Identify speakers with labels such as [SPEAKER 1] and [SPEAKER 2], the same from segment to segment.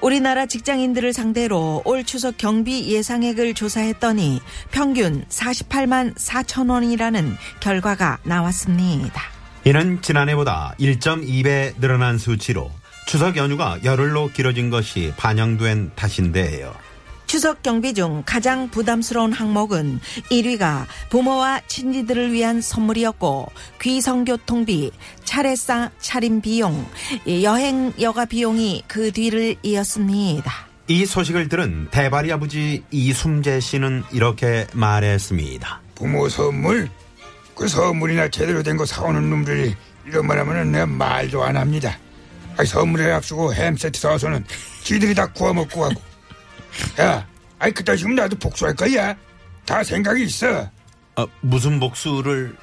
[SPEAKER 1] 우리나라 직장인들을 상대로 올 추석 경비 예상액을 조사했더니 평균 48만 4천 원이라는 결과가 나왔습니다.
[SPEAKER 2] 이는 지난해보다 1.2배 늘어난 수치로 추석 연휴가 열흘로 길어진 것이 반영된 탓인데요.
[SPEAKER 1] 추석 경비 중 가장 부담스러운 항목은 1위가 부모와 친지들을 위한 선물이었고 귀성교통비, 차례상 차림 비용, 이 여행 여가 비용이 그 뒤를 이었습니다.
[SPEAKER 2] 이 소식을 들은 대발이 아버지 이숨재 씨는 이렇게 말했습니다.
[SPEAKER 3] 부모 선물? 그 선물이나 제대로 된 거 사오는 놈들이 이런 말 하면은 내가 말도 안 합니다. 아이 선물에 앞서고 햄 세트 사와서는 지들이 다 구워 먹고 하고. 야, 아이 그따 지금 나도 복수할 거야. 다 생각이 있어.
[SPEAKER 2] 어, 무슨 복수를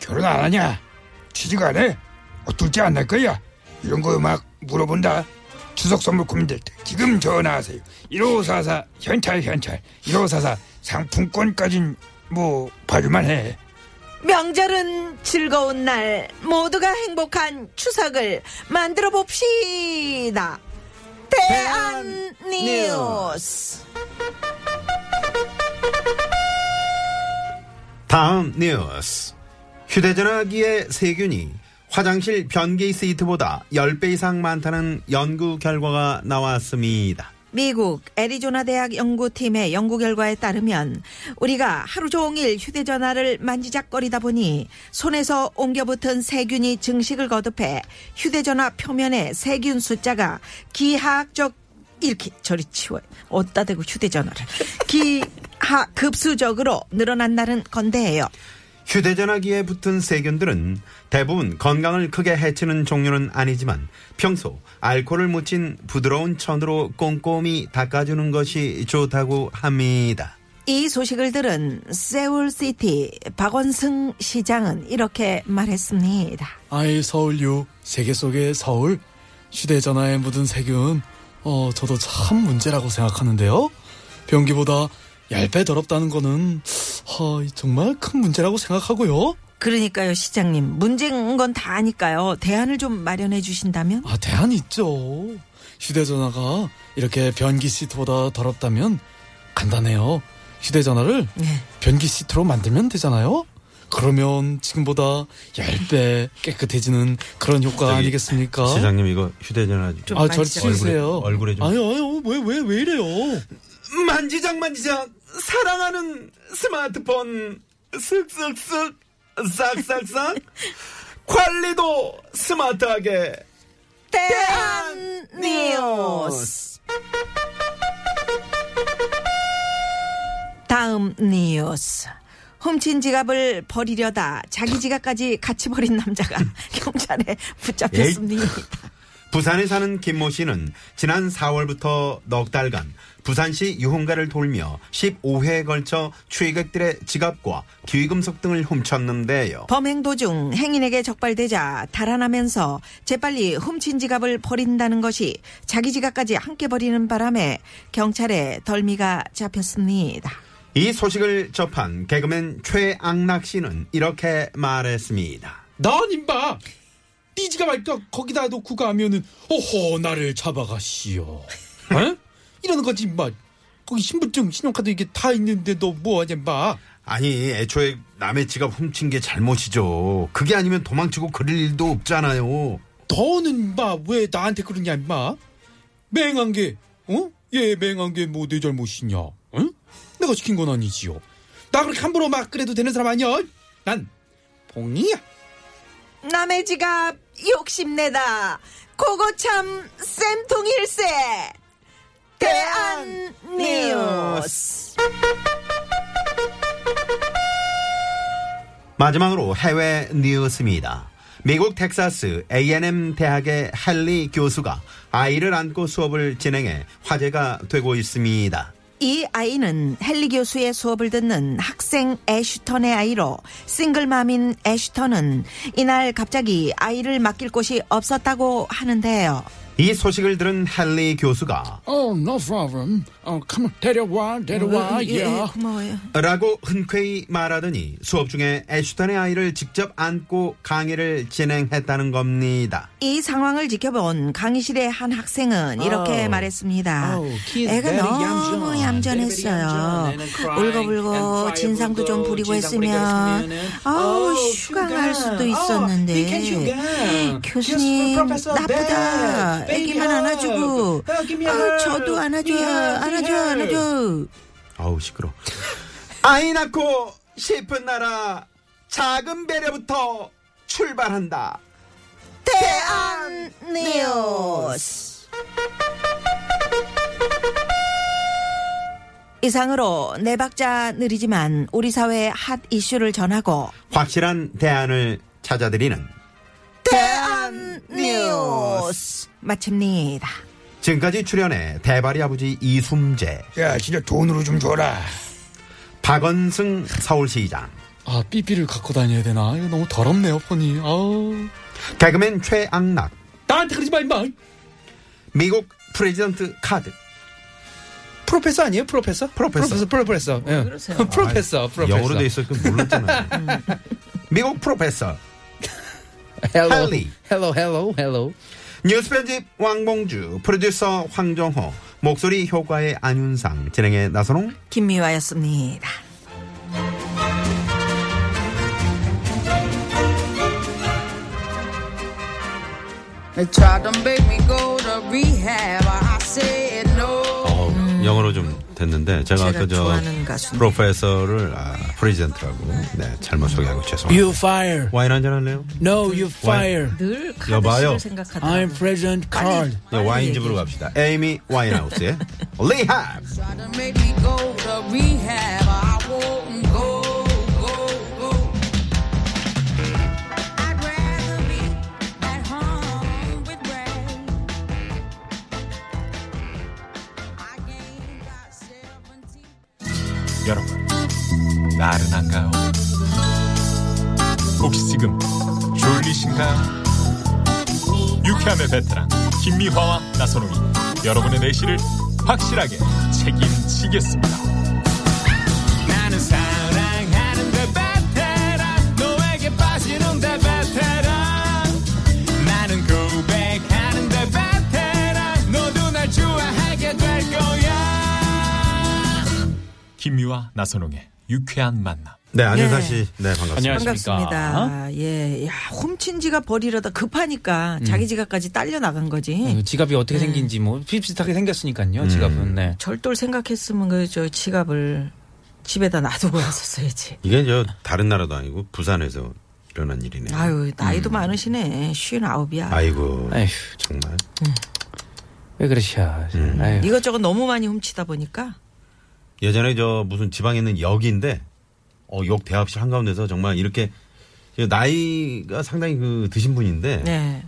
[SPEAKER 3] 결혼 안 하냐? 취직 안 해? 어, 둘째 안 날 거야? 이런 거 막 물어본다. 추석 선물 고민될 때 지금 전화하세요. 1544 현찰 현찰 1544 상품권까진 뭐 봐줄만 해.
[SPEAKER 1] 명절은 즐거운 날 모두가 행복한 추석을 만들어 봅시다. 대한 뉴스.
[SPEAKER 2] 다음 뉴스. 휴대전화기의 세균이 화장실 변기 시트보다 10배 이상 많다는 연구 결과가 나왔습니다.
[SPEAKER 1] 미국 애리조나 대학 연구팀의 연구 결과에 따르면 우리가 하루 종일 휴대전화를 만지작거리다 보니 손에서 옮겨붙은 세균이 증식을 거듭해 휴대전화 표면의 세균 숫자가 기하학적 이렇게 저리 치워 어디다 대고 휴대전화를 기하 급수적으로 늘어난다는 건데요.
[SPEAKER 2] 휴대전화기에 붙은 세균들은 대부분 건강을 크게 해치는 종류는 아니지만 평소 알코올을 묻힌 부드러운 천으로 꼼꼼히 닦아주는 것이 좋다고 합니다.
[SPEAKER 1] 이 소식을 들은 세울시티 박원승 시장은 이렇게 말했습니다.
[SPEAKER 4] 아이 서울유 세계 속의 서울 휴대전화에 묻은 세균 어 저도 참 문제라고 생각하는데요 변기보다 10배 더럽다는 거는 어, 정말 큰 문제라고 생각하고요
[SPEAKER 1] 그러니까요, 시장님. 문제인 건 다 아니까요. 대안을 좀 마련해 주신다면?
[SPEAKER 4] 아 대안 있죠 휴대전화가 이렇게 변기 시트보다 더럽다면 간단해요 휴대전화를
[SPEAKER 1] 네.
[SPEAKER 4] 변기 시트로 만들면 되잖아요 그러면 지금보다 10배 깨끗해지는 그런 효과
[SPEAKER 2] 저기,
[SPEAKER 4] 아니겠습니까
[SPEAKER 2] 시장님 이거 휴대전화
[SPEAKER 1] 좀
[SPEAKER 4] 아, 절
[SPEAKER 1] 만지작-
[SPEAKER 4] 치세요.
[SPEAKER 2] 얼굴에- 얼굴에 좀-
[SPEAKER 4] 아유, 아유, 왜, 왜, 왜 이래요?
[SPEAKER 2] 만지작 만지작 사랑하는 스마트폰 쓱쓱쓱 싹싹싹 관리도 스마트하게
[SPEAKER 1] 대한 뉴스. 다음 뉴스. 훔친 지갑을 버리려다 자기 지갑까지 같이 버린 남자가 경찰에 붙잡혔습니다.
[SPEAKER 2] 부산에 사는 김모 씨는 지난 4월부터 넉 달간 부산시 유흥가를 돌며 15회에 걸쳐 취객들의 지갑과 귀금속 등을 훔쳤는데요.
[SPEAKER 1] 범행 도중 행인에게 적발되자 달아나면서 재빨리 훔친 지갑을 버린다는 것이 자기 지갑까지 함께 버리는 바람에 경찰에 덜미가 잡혔습니다.
[SPEAKER 2] 이 소식을 접한 개그맨 최악락 씨는 이렇게 말했습니다.
[SPEAKER 4] 난 임마! 네 지갑 아까 거기다 놓고 가면은, 어허, 나를 잡아가시오. 에? 이러는 거지, 임마. 거기 신분증, 신용카드 이게 다 있는데 너 뭐하냐, 임마.
[SPEAKER 2] 아니 애초에 남의 지갑 훔친 게 잘못이죠. 그게 아니면 도망치고 그럴 일도 없잖아요.
[SPEAKER 4] 너는 임마, 왜 나한테 그러냐, 임마. 맹한 게, 어? 얘 맹한 게 뭐 내 잘못이냐, 응? 내가 시킨 건 아니지요. 나 그렇게 함부로 막 그래도 되는 사람 아니야. 난 봉이야.
[SPEAKER 1] 남의 지갑 욕심내다. 그거 참 쌤통일세. 대한 뉴스.
[SPEAKER 2] 마지막으로 해외 뉴스입니다. 미국 텍사스 A&M 대학의 헨리 교수가 아이를 안고 수업을 진행해 화제가 되고 있습니다.
[SPEAKER 1] 이 아이는 헨리 교수의 수업을 듣는 학생 애슈턴의 아이로 싱글맘인 애슈턴은 이날 갑자기 아이를 맡길 곳이 없었다고 하는데요.
[SPEAKER 2] 이 소식을 들은 헨리 교수가
[SPEAKER 5] Oh, no problem. Oh, come on, 데려와,
[SPEAKER 3] 음,
[SPEAKER 5] 데려와,
[SPEAKER 1] 예, 예,
[SPEAKER 5] yeah.
[SPEAKER 1] 고마워요.
[SPEAKER 2] 라고 흔쾌히 말하더니 수업 중에 애슈턴의 아이를 직접 안고 강의를 진행했다는 겁니다.
[SPEAKER 1] 이 상황을 지켜본 강의실의 한 학생은 이렇게
[SPEAKER 5] 아우.
[SPEAKER 1] 말했습니다.
[SPEAKER 5] 아우, kids
[SPEAKER 1] 애가
[SPEAKER 5] very
[SPEAKER 1] 너무
[SPEAKER 5] 얌전.
[SPEAKER 1] 얌전했어요.
[SPEAKER 5] Very, very 얌전.
[SPEAKER 1] 울고불고
[SPEAKER 5] And
[SPEAKER 1] 진상도 좀
[SPEAKER 5] crying
[SPEAKER 1] 부리고
[SPEAKER 5] 울고, 진상 부리고
[SPEAKER 1] 했으면
[SPEAKER 5] 했으면은,
[SPEAKER 1] 아우
[SPEAKER 5] 아우,
[SPEAKER 1] 휴강할
[SPEAKER 5] 휴강.
[SPEAKER 1] 수도
[SPEAKER 5] 아우, we can
[SPEAKER 1] 있었는데
[SPEAKER 5] 휴강. Just
[SPEAKER 1] 교수님
[SPEAKER 5] professor
[SPEAKER 1] 나쁘다.
[SPEAKER 5] there. Baby
[SPEAKER 1] 애기만
[SPEAKER 5] hug.
[SPEAKER 1] 안아주고
[SPEAKER 5] Oh, give me a
[SPEAKER 1] 아
[SPEAKER 5] hug.
[SPEAKER 1] 저도 안아줘요.
[SPEAKER 5] We hug, we
[SPEAKER 1] 안아줘요.
[SPEAKER 5] hug.
[SPEAKER 1] 안아줘.
[SPEAKER 2] 아우 시끄러. 아이 낳고 싶은 나라 작은 배려부터 출발한다.
[SPEAKER 1] 대안 뉴스 이상으로 네 박자 느리지만 우리 사회의 핫 이슈를 전하고
[SPEAKER 2] 확실한 대안을 찾아드리는
[SPEAKER 1] 대안 뉴스 마칩니다.
[SPEAKER 2] 지금까지 출연해 대발이 아버지 이숨재,
[SPEAKER 3] 야 진짜 돈으로 좀 줘라
[SPEAKER 2] 박원승 서울시장,
[SPEAKER 5] 아, 삐삐를 갖고 다녀야 되나? 이거 너무 더럽네요, 폰이. 아우.
[SPEAKER 2] 개그맨 최악락,
[SPEAKER 5] 나한테 그러지 마, 임마.
[SPEAKER 2] 미국 프레지던트 카드.
[SPEAKER 5] 프로페서 아니에요, 프로페서?
[SPEAKER 2] 프로페서.
[SPEAKER 5] 프로페서. 예. 프로페서, 프로페서.
[SPEAKER 2] 영어로 돼 있을 건 몰랐잖아요. 미국 프로페서
[SPEAKER 5] Hello.
[SPEAKER 2] 할리.
[SPEAKER 5] Hello, hello, hello.
[SPEAKER 2] 뉴스 편집 왕봉주, 프로듀서 황정호, 목소리 효과의 안윤상, 진행의 나선홍.
[SPEAKER 1] 김미화였습니다.
[SPEAKER 6] They tried to make me go to rehab. I said no.
[SPEAKER 2] 어, 영어로 좀 됐는데 제가
[SPEAKER 1] 제가
[SPEAKER 2] 아까 저
[SPEAKER 1] 좋아하는 가수인데.
[SPEAKER 2] 프로페서를 아, 프레젠트라고 네, 잘못 소개하고 죄송합니다.
[SPEAKER 5] You fire.
[SPEAKER 2] 와인 한잔 할래요?
[SPEAKER 5] No, you fire.
[SPEAKER 1] 늘
[SPEAKER 2] 여봐요.
[SPEAKER 1] 카드씨를 생각하다.
[SPEAKER 5] I'm President Card.
[SPEAKER 2] 네, 와인집으로 갑시다. 에이미 와인하우스의 리합.
[SPEAKER 6] Tried to make me go to rehab. I won't go, go, go. I'd rather be at home with Ray. I gained about 17.
[SPEAKER 7] 여러분, 나른한가요? 혹시 지금 졸리신가요? 유쾌함의 베테랑 김미화와 나선홍이 여러분의 내실을 확실하게 책임지겠습니다. 나는 사랑하는데 베테랑 너에게 빠지는데 베테랑 나는 고백하는데 베테랑 너도 날 좋아하게 될 거야. 김유와 나선홍의 유쾌한 만남.
[SPEAKER 2] 네, 안윤상
[SPEAKER 1] 네.
[SPEAKER 2] 씨. 네, 반갑습니다.
[SPEAKER 1] 반갑습니다. 예, 야, 훔친 지가 버리려다 급하니까 자기 지갑까지 딸려 나간 거지.
[SPEAKER 4] 어, 지갑이 어떻게 생긴지 뭐 비슷하게 생겼으니까요. 지갑은 네.
[SPEAKER 1] 절돌 생각했으면 그 저 지갑을 집에다 놔두고 왔었어야지.
[SPEAKER 2] 이게 저 다른 나라도 아니고 부산에서 일어난 일이네요.
[SPEAKER 1] 아유 나이도 많으시네. 쉰 아홉이야.
[SPEAKER 2] 음. 아이고.
[SPEAKER 4] 에휴
[SPEAKER 2] 정말.
[SPEAKER 4] 왜 그러셔. 아유.
[SPEAKER 2] 예.
[SPEAKER 1] 이것저것 너무 많이 훔치다 보니까
[SPEAKER 2] 예전에 저 무슨 지방에 있는 역인데 어, 역 대합실 한가운데서 정말 이렇게 나이가 상당히 그 드신 분인데
[SPEAKER 1] 네.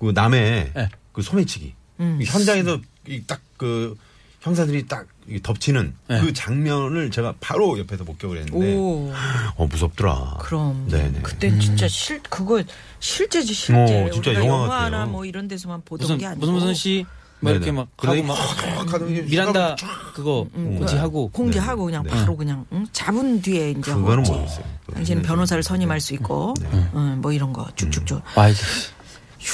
[SPEAKER 2] 그 남의
[SPEAKER 4] 네.
[SPEAKER 2] 그 소매치기 이 현장에서 딱 그 형사들이 딱이 덮치는 그 장면을 제가 바로 옆에서 목격을 했는데
[SPEAKER 1] 오
[SPEAKER 2] 어 무섭더라.
[SPEAKER 1] 그럼
[SPEAKER 2] 네네. 음.
[SPEAKER 1] 그때 진짜 실 그거 실제지 실제.
[SPEAKER 2] 어, 진짜
[SPEAKER 1] 우리가
[SPEAKER 2] 영화
[SPEAKER 1] 영화나
[SPEAKER 2] 같아요.
[SPEAKER 1] 뭐 이런 데서만 보던
[SPEAKER 4] 무슨
[SPEAKER 1] 게 아니고
[SPEAKER 4] 무슨 무슨 씨. 뭐
[SPEAKER 2] 네네.
[SPEAKER 4] 이렇게 막
[SPEAKER 2] 그러더니
[SPEAKER 5] 그러니까
[SPEAKER 4] 하고 막
[SPEAKER 2] 확 하더니
[SPEAKER 4] 미란다 그거
[SPEAKER 5] 음. 네.
[SPEAKER 4] 고지하고
[SPEAKER 1] 공개하고 그냥
[SPEAKER 2] 네.
[SPEAKER 1] 바로 그냥 응? 잡은 뒤에 이제
[SPEAKER 2] 그거는
[SPEAKER 1] 하고
[SPEAKER 2] 모르겠어요. 네.
[SPEAKER 1] 당신은 변호사를 선임할 수 있고
[SPEAKER 4] 네.
[SPEAKER 1] 응, 뭐 이런 거 쭉쭉쭉
[SPEAKER 2] 음.
[SPEAKER 4] 아, 이게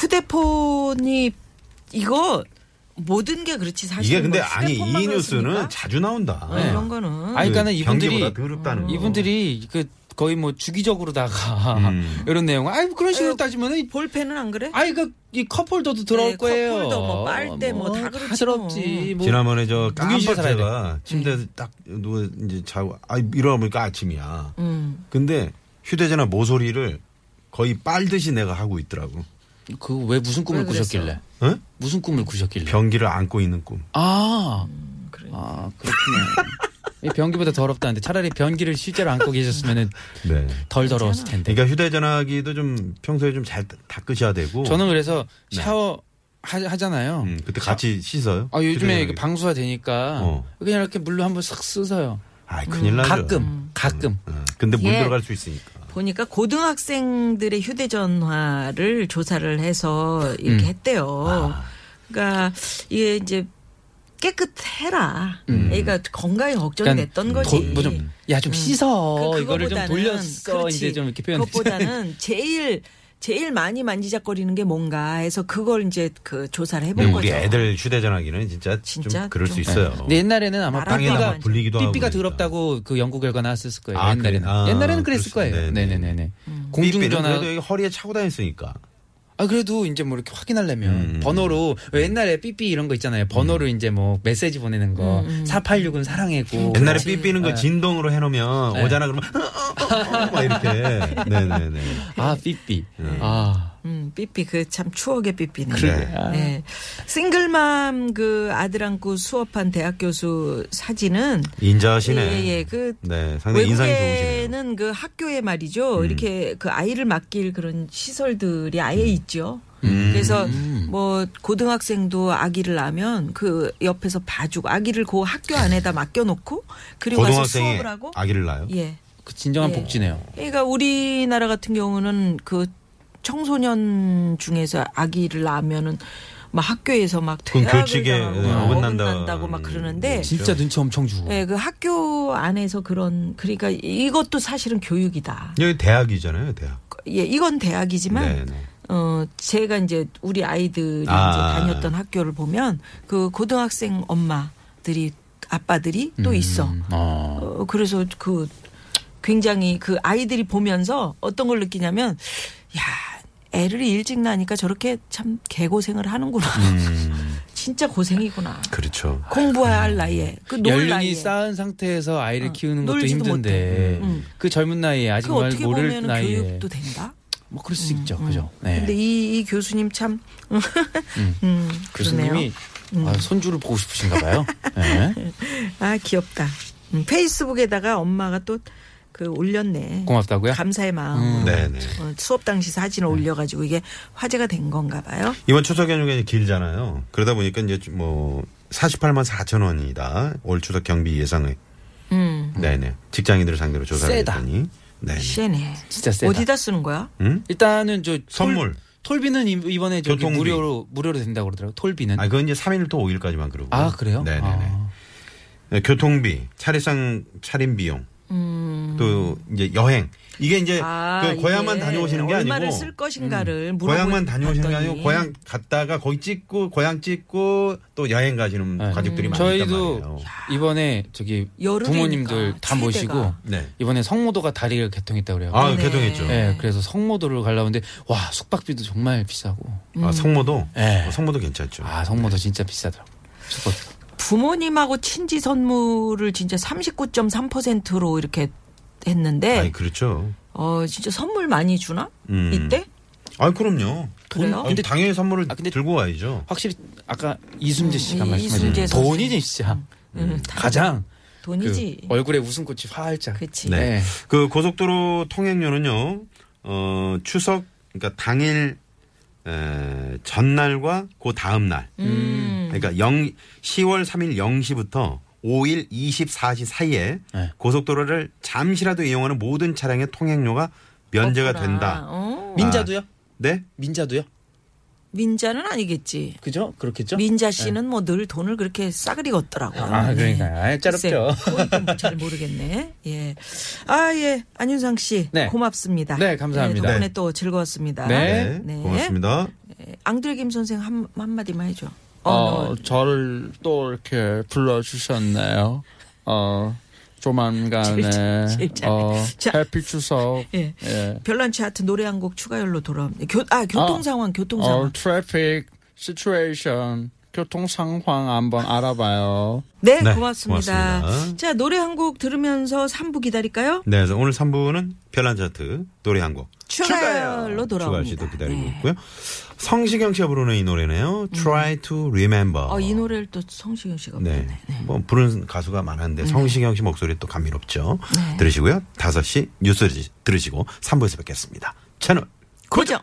[SPEAKER 1] 휴대폰이 이거 모든 게 그렇지 사실 뭐
[SPEAKER 2] 이게 근데 아니 이 뉴스는 자주 나온다.
[SPEAKER 1] 아, 이런 거는
[SPEAKER 4] 아니, 그러니까는
[SPEAKER 2] 네, 경기보다
[SPEAKER 4] 이분들이-
[SPEAKER 2] 더럽다는
[SPEAKER 1] 음.
[SPEAKER 2] 거.
[SPEAKER 4] 이분들이 그 거의 뭐 주기적으로다가
[SPEAKER 2] 음.
[SPEAKER 4] 이런 내용. 아이 뭐 그런 식으로 따지면은
[SPEAKER 1] 볼펜은 안 그래?
[SPEAKER 4] 아이 그이 컵홀더도 들어올
[SPEAKER 1] 네,
[SPEAKER 4] 거예요.
[SPEAKER 1] 컵홀더, 뭐 빨대, 뭐다 그렇지
[SPEAKER 4] 더럽지. 뭐.
[SPEAKER 2] 지난번에 저 깜빡
[SPEAKER 4] 무기질 살아야
[SPEAKER 1] 네.
[SPEAKER 2] 제가 침대에서 딱 누워 이제 자고 아 일어나 보니까 아침이야.
[SPEAKER 1] 음.
[SPEAKER 2] 근데 휴대전화 모서리를 거의 빨듯이 내가 하고 있더라고. 어?
[SPEAKER 4] 그 왜 무슨 꿈을 꾸셨길래?
[SPEAKER 2] 응?
[SPEAKER 4] 무슨 꿈을 꾸셨길래?
[SPEAKER 1] 음,
[SPEAKER 2] 변기를 안고 있는 꿈.
[SPEAKER 4] 아. 아, 그렇구나. 이 변기보다 더럽다는데 차라리 변기를 실제로 안고 계셨으면
[SPEAKER 2] 네.
[SPEAKER 4] 덜 더러웠을 텐데.
[SPEAKER 2] 그러니까 휴대전화기도 좀 평소에 좀 잘 닦으셔야 되고.
[SPEAKER 4] 저는 그래서 샤워 하, 잖아요
[SPEAKER 2] 네. 음, 그때 같이 씻어요.
[SPEAKER 4] 아 요즘에 이게
[SPEAKER 2] 휴대전화기.
[SPEAKER 4] 방수가 되니까
[SPEAKER 2] 어.
[SPEAKER 4] 그냥 이렇게 물로 한번 싹 씻어요.
[SPEAKER 2] 아이, 큰일 나죠.
[SPEAKER 4] 가끔 가끔.
[SPEAKER 2] 어, 근데 물
[SPEAKER 1] 음, 예.
[SPEAKER 2] 들어갈 수 있으니까.
[SPEAKER 1] 보니까 고등학생들의 휴대전화를 조사를 해서 이렇게
[SPEAKER 4] 음.
[SPEAKER 1] 했대요.
[SPEAKER 4] 아.
[SPEAKER 1] 그러니까 이게 이제 깨끗해라. 애가 건강이 걱정됐던 거지.
[SPEAKER 4] 음. 그러니까
[SPEAKER 1] 음.
[SPEAKER 4] 뭐좀야좀 씻어
[SPEAKER 1] 그-
[SPEAKER 4] 이거를 좀
[SPEAKER 1] 그거보다는-
[SPEAKER 4] 돌렸어
[SPEAKER 1] 그렇지.
[SPEAKER 4] 이제 좀 이렇게 표현.
[SPEAKER 1] 그것보다는 제일 제일 많이 만지작거리는 게 뭔가 해서 그걸 이제 그 조사를 해본
[SPEAKER 2] 근데
[SPEAKER 1] 거죠.
[SPEAKER 2] 네, 우리 애들 휴대전화기는 진짜,
[SPEAKER 1] 진짜
[SPEAKER 2] 좀 그럴
[SPEAKER 1] 좀- 네.
[SPEAKER 2] 수 있어요.
[SPEAKER 4] 근데 옛날에는 아마
[SPEAKER 1] 나라가
[SPEAKER 2] 땅에다가
[SPEAKER 4] 삐삐가
[SPEAKER 1] 완전-
[SPEAKER 2] 불리기도 하고.
[SPEAKER 4] 삐삐가
[SPEAKER 2] 그러니까.
[SPEAKER 4] 더럽다고 그 연구 결과 나왔을 거예요.
[SPEAKER 2] 아,
[SPEAKER 4] 옛날에는
[SPEAKER 2] 그래. 아,
[SPEAKER 4] 옛날에는 그랬을
[SPEAKER 2] 그럴 수-
[SPEAKER 4] 거예요.
[SPEAKER 2] 네네.
[SPEAKER 4] 네네네네.
[SPEAKER 1] 음.
[SPEAKER 2] 삐삐는
[SPEAKER 4] 공중전화
[SPEAKER 2] 그래도 여기 허리에 차고 다녔으니까.
[SPEAKER 4] 아 그래도 이제 뭐 이렇게 확인하려면
[SPEAKER 2] 음,
[SPEAKER 4] 번호로 왜 옛날에 삐삐 이런 거 있잖아요. 번호로 이제 뭐 메시지 보내는 거
[SPEAKER 1] 음,
[SPEAKER 4] 4866은 사랑해고
[SPEAKER 2] 옛날에
[SPEAKER 4] 그렇지.
[SPEAKER 2] 삐삐는 거
[SPEAKER 4] 네.
[SPEAKER 2] 진동으로 해놓으면
[SPEAKER 4] 네.
[SPEAKER 2] 오잖아 그러면 어, 막 이렇게. 네네네.
[SPEAKER 4] 아
[SPEAKER 5] 음.
[SPEAKER 4] 삐삐. 아
[SPEAKER 1] 음, 삐삐 그 참 추억의 삐삐네.
[SPEAKER 2] 그러게.
[SPEAKER 1] 네. 싱글맘 그 아들 안고 수업한 대학 교수 사진은
[SPEAKER 2] 인자시네.
[SPEAKER 1] 예, 예. 그
[SPEAKER 2] 네, 상당히 인상이 좋으시네요. 음.
[SPEAKER 1] 외국에는 그 학교에 말이죠. 이렇게 그 아이를 맡길 그런 시설들이 아예 있죠.
[SPEAKER 2] 음.
[SPEAKER 1] 그래서 뭐 고등학생도 아기를 낳으면 그 옆에서 봐주고 아기를 그 학교 안에다 맡겨놓고 그리고 와서
[SPEAKER 2] 고등학생이
[SPEAKER 1] 수업을 하고
[SPEAKER 2] 아기를 낳아요.
[SPEAKER 1] 예.
[SPEAKER 4] 그 진정한
[SPEAKER 1] 예.
[SPEAKER 4] 복지네요.
[SPEAKER 1] 그러니까 우리나라 같은 경우는 그 청소년 중에서 아기를 낳으면은 막 학교에서 막
[SPEAKER 2] 그건
[SPEAKER 1] 퇴학을
[SPEAKER 2] 교칙에
[SPEAKER 1] 당하고
[SPEAKER 2] 예,
[SPEAKER 1] 막
[SPEAKER 2] 어긋난다. 음.
[SPEAKER 1] 어긋난다고 막 그러는데
[SPEAKER 4] 진짜 눈치 엄청 주고.
[SPEAKER 1] 예, 그 학교 안에서 그런 그러니까 이것도 사실은 교육이다.
[SPEAKER 2] 여기 대학이잖아요, 대학.
[SPEAKER 1] 예, 이건 대학이지만
[SPEAKER 2] 네.
[SPEAKER 1] 어 제가 이제 우리 아이들이
[SPEAKER 2] 아.
[SPEAKER 1] 이제 다녔던 학교를 보면 그 고등학생 엄마들이 아빠들이
[SPEAKER 2] 음.
[SPEAKER 1] 또 있어.
[SPEAKER 4] 어.
[SPEAKER 1] 어, 그래서 그 굉장히 그 아이들이 보면서 어떤 걸 느끼냐면 야 애를 일찍 낳으니까 저렇게 참 개고생을 하는구나.
[SPEAKER 2] 음.
[SPEAKER 1] 진짜 고생이구나.
[SPEAKER 2] 그렇죠.
[SPEAKER 1] 공부할 나이에 그놀
[SPEAKER 4] 연륜이
[SPEAKER 1] 나이에
[SPEAKER 4] 쌓은 상태에서 아이를
[SPEAKER 1] 어,
[SPEAKER 4] 키우는 것도
[SPEAKER 1] 놀지도
[SPEAKER 4] 힘든데
[SPEAKER 1] 못해. 음.
[SPEAKER 4] 그 젊은 나이에 아직
[SPEAKER 1] 그
[SPEAKER 4] 말
[SPEAKER 1] 어떻게
[SPEAKER 4] 모를
[SPEAKER 1] 보면
[SPEAKER 4] 나이에
[SPEAKER 1] 교육도 된다.
[SPEAKER 4] 뭐 그럴 수 있죠, 그죠? 네.
[SPEAKER 1] 근데 이, 이 교수님 참 음, 그러네요. 음.
[SPEAKER 4] 교수님이 아, 손주를 보고 싶으신가 봐요. 네.
[SPEAKER 1] 아 귀엽다. 음, 페이스북에다가 엄마가 또 그 올렸네.
[SPEAKER 4] 고맙다고요? 네.
[SPEAKER 1] 감사의 마음. 으로
[SPEAKER 2] 네네.
[SPEAKER 1] 수업 당시 사진을 올려가지고 이게 화제가 된 건가 봐요.
[SPEAKER 2] 이번 추석 연휴가 이제 길잖아요. 그러다 보니까 이제 좀 뭐 48만 4천 원이다. 올 추석 경비 예상의.
[SPEAKER 1] 음.
[SPEAKER 2] 네네. 직장인들을 상대로 조사를
[SPEAKER 4] 세다.
[SPEAKER 2] 했더니. 네네.
[SPEAKER 1] 시네.
[SPEAKER 4] 진짜 세다.
[SPEAKER 1] 어디다 쓰는 거야?
[SPEAKER 2] 응?
[SPEAKER 4] 일단은 저 톨-
[SPEAKER 2] 선물.
[SPEAKER 4] 톨비는 이- 이번에 저기
[SPEAKER 2] 교통비.
[SPEAKER 4] 무료로 무료로 된다고 그러더라고. 요 톨비는.
[SPEAKER 2] 아, 그건 이제 3일부터 5일까지만 그러고.
[SPEAKER 4] 아, 그래요?
[SPEAKER 2] 네네네.
[SPEAKER 4] 아.
[SPEAKER 2] 네, 교통비, 차례상 차림 비용.
[SPEAKER 4] 음.
[SPEAKER 2] 또 이제 여행. 이게
[SPEAKER 4] 네.
[SPEAKER 2] 이제
[SPEAKER 4] 아,
[SPEAKER 2] 그
[SPEAKER 1] 아,
[SPEAKER 2] 고향만
[SPEAKER 1] 이게
[SPEAKER 2] 다녀오시는 게
[SPEAKER 1] 얼마를
[SPEAKER 2] 아니고 음.
[SPEAKER 1] 쓸 것인가를 물어
[SPEAKER 2] 고향만 다녀오시는 게 아니고 고향 갔다가 거기 찍고 고향 찍고 또 여행 가시는
[SPEAKER 4] 네.
[SPEAKER 2] 가족들이 많단 말이에요.
[SPEAKER 4] 저희도 이번에 저기
[SPEAKER 1] 여름이니까
[SPEAKER 4] 부모님들 다
[SPEAKER 1] 추위대가.
[SPEAKER 4] 모시고
[SPEAKER 2] 네.
[SPEAKER 4] 이번에 성모도가 다리를 개통했다고 그래요.
[SPEAKER 2] 아,
[SPEAKER 1] 네.
[SPEAKER 2] 개통했죠.
[SPEAKER 4] 네, 그래서 성모도를 가려는데 와 숙박비도 정말 비싸고.
[SPEAKER 2] 아, 성모도?
[SPEAKER 4] 네.
[SPEAKER 2] 어, 성모도 괜찮죠.
[SPEAKER 4] 아 성모도 진짜 비싸더라고. 숙박비가.
[SPEAKER 1] 부모님하고 친지 선물을 진짜 39.3%로 이렇게
[SPEAKER 4] 네.
[SPEAKER 1] 했는데
[SPEAKER 2] 아니, 그렇죠.
[SPEAKER 1] 어 진짜 선물 많이 주나?
[SPEAKER 2] 음.
[SPEAKER 1] 이때?
[SPEAKER 2] 아, 그럼요.
[SPEAKER 1] 그래요?
[SPEAKER 2] 아,
[SPEAKER 4] 근데-
[SPEAKER 2] 당연히 선물을
[SPEAKER 4] 아, 근데-
[SPEAKER 2] 들고 와야죠.
[SPEAKER 4] 확실히 아까 이순재 씨가
[SPEAKER 1] 음, 이-
[SPEAKER 4] 말씀하신
[SPEAKER 1] 이순재
[SPEAKER 4] 돈이
[SPEAKER 1] 선생님.
[SPEAKER 4] 진짜
[SPEAKER 1] 음, 다
[SPEAKER 4] 가장
[SPEAKER 1] 돈이지.
[SPEAKER 4] 그 얼굴에 웃음꽃이 활짝.
[SPEAKER 1] 그치.
[SPEAKER 2] 네.
[SPEAKER 4] 네.
[SPEAKER 2] 그 고속도로 통행료는요, 어, 추석, 그러니까 당일, 에, 전날과 그 다음날. 그러니까 0, 10월 3일 0시부터 5일 24시 사이에
[SPEAKER 4] 네.
[SPEAKER 2] 고속도로를 잠시라도 이용하는 모든 차량의 통행료가 면제가
[SPEAKER 1] 없구나.
[SPEAKER 2] 된다.
[SPEAKER 1] 어.
[SPEAKER 4] 민자도요?
[SPEAKER 2] 네?
[SPEAKER 4] 민자도요?
[SPEAKER 1] 민자는 아니겠지.
[SPEAKER 4] 그죠? 그렇겠죠?
[SPEAKER 1] 민자 씨는 뭐 늘 돈을 그렇게 싸그리 걷더라고요.
[SPEAKER 4] 아, 그러니까요.
[SPEAKER 1] 네.
[SPEAKER 4] 아이, 짜롭죠.
[SPEAKER 1] 글쎄, 그건 또잘 모르겠네. 예. 아, 예. 안윤상 씨.
[SPEAKER 4] 네.
[SPEAKER 1] 고맙습니다.
[SPEAKER 4] 네, 감사합니다.
[SPEAKER 1] 네, 덕분에
[SPEAKER 2] 네.
[SPEAKER 1] 또 즐거웠습니다.
[SPEAKER 4] 네.
[SPEAKER 1] 네.
[SPEAKER 2] 고맙습니다.
[SPEAKER 1] 앙드레김 선생 한, 한마디만 해줘. 어,
[SPEAKER 5] 어,
[SPEAKER 1] 너
[SPEAKER 5] 저를 또 이렇게 불러주셨네요. 어, 조만간에
[SPEAKER 1] 제일 잘해.
[SPEAKER 5] 어,
[SPEAKER 1] 자.
[SPEAKER 5] 해피 추석.
[SPEAKER 1] 예.
[SPEAKER 5] 예.
[SPEAKER 1] 별난 차트 노래 한 곡 추가열로 돌아옵니다. 교, 아, 교통상황,
[SPEAKER 5] 어,
[SPEAKER 1] 교통상황.
[SPEAKER 5] 트래픽 시츄에이션 교통 상황 한번 알아봐요.
[SPEAKER 1] 네,
[SPEAKER 2] 네,
[SPEAKER 1] 고맙습니다.
[SPEAKER 2] 고맙습니다.
[SPEAKER 1] 자, 노래 한 곡 들으면서 3부 기다릴까요?
[SPEAKER 2] 네, 그래서 오늘 3부는 별난 차트 노래 한 곡.
[SPEAKER 1] 추가열로
[SPEAKER 2] 추가열
[SPEAKER 1] 돌아옵니다.
[SPEAKER 2] 씨도 기다리고
[SPEAKER 1] 네. 음.
[SPEAKER 2] 있고요. 성시경 씨가 부르는 이 노래네요. Try to Remember.
[SPEAKER 1] 아, 이 노래를 또 성시경 씨가
[SPEAKER 2] 네.
[SPEAKER 1] 부르네.
[SPEAKER 2] 뭐 부르는 가수가 많은데 성시경 씨 목소리 또 감미롭죠.
[SPEAKER 1] 네.
[SPEAKER 2] 들으시고요. 5시 뉴스 들으시고 3부에서 뵙겠습니다. 채널
[SPEAKER 1] 고정.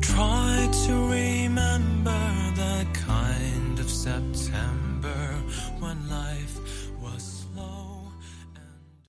[SPEAKER 8] Try to remember the kind of September when life was slow.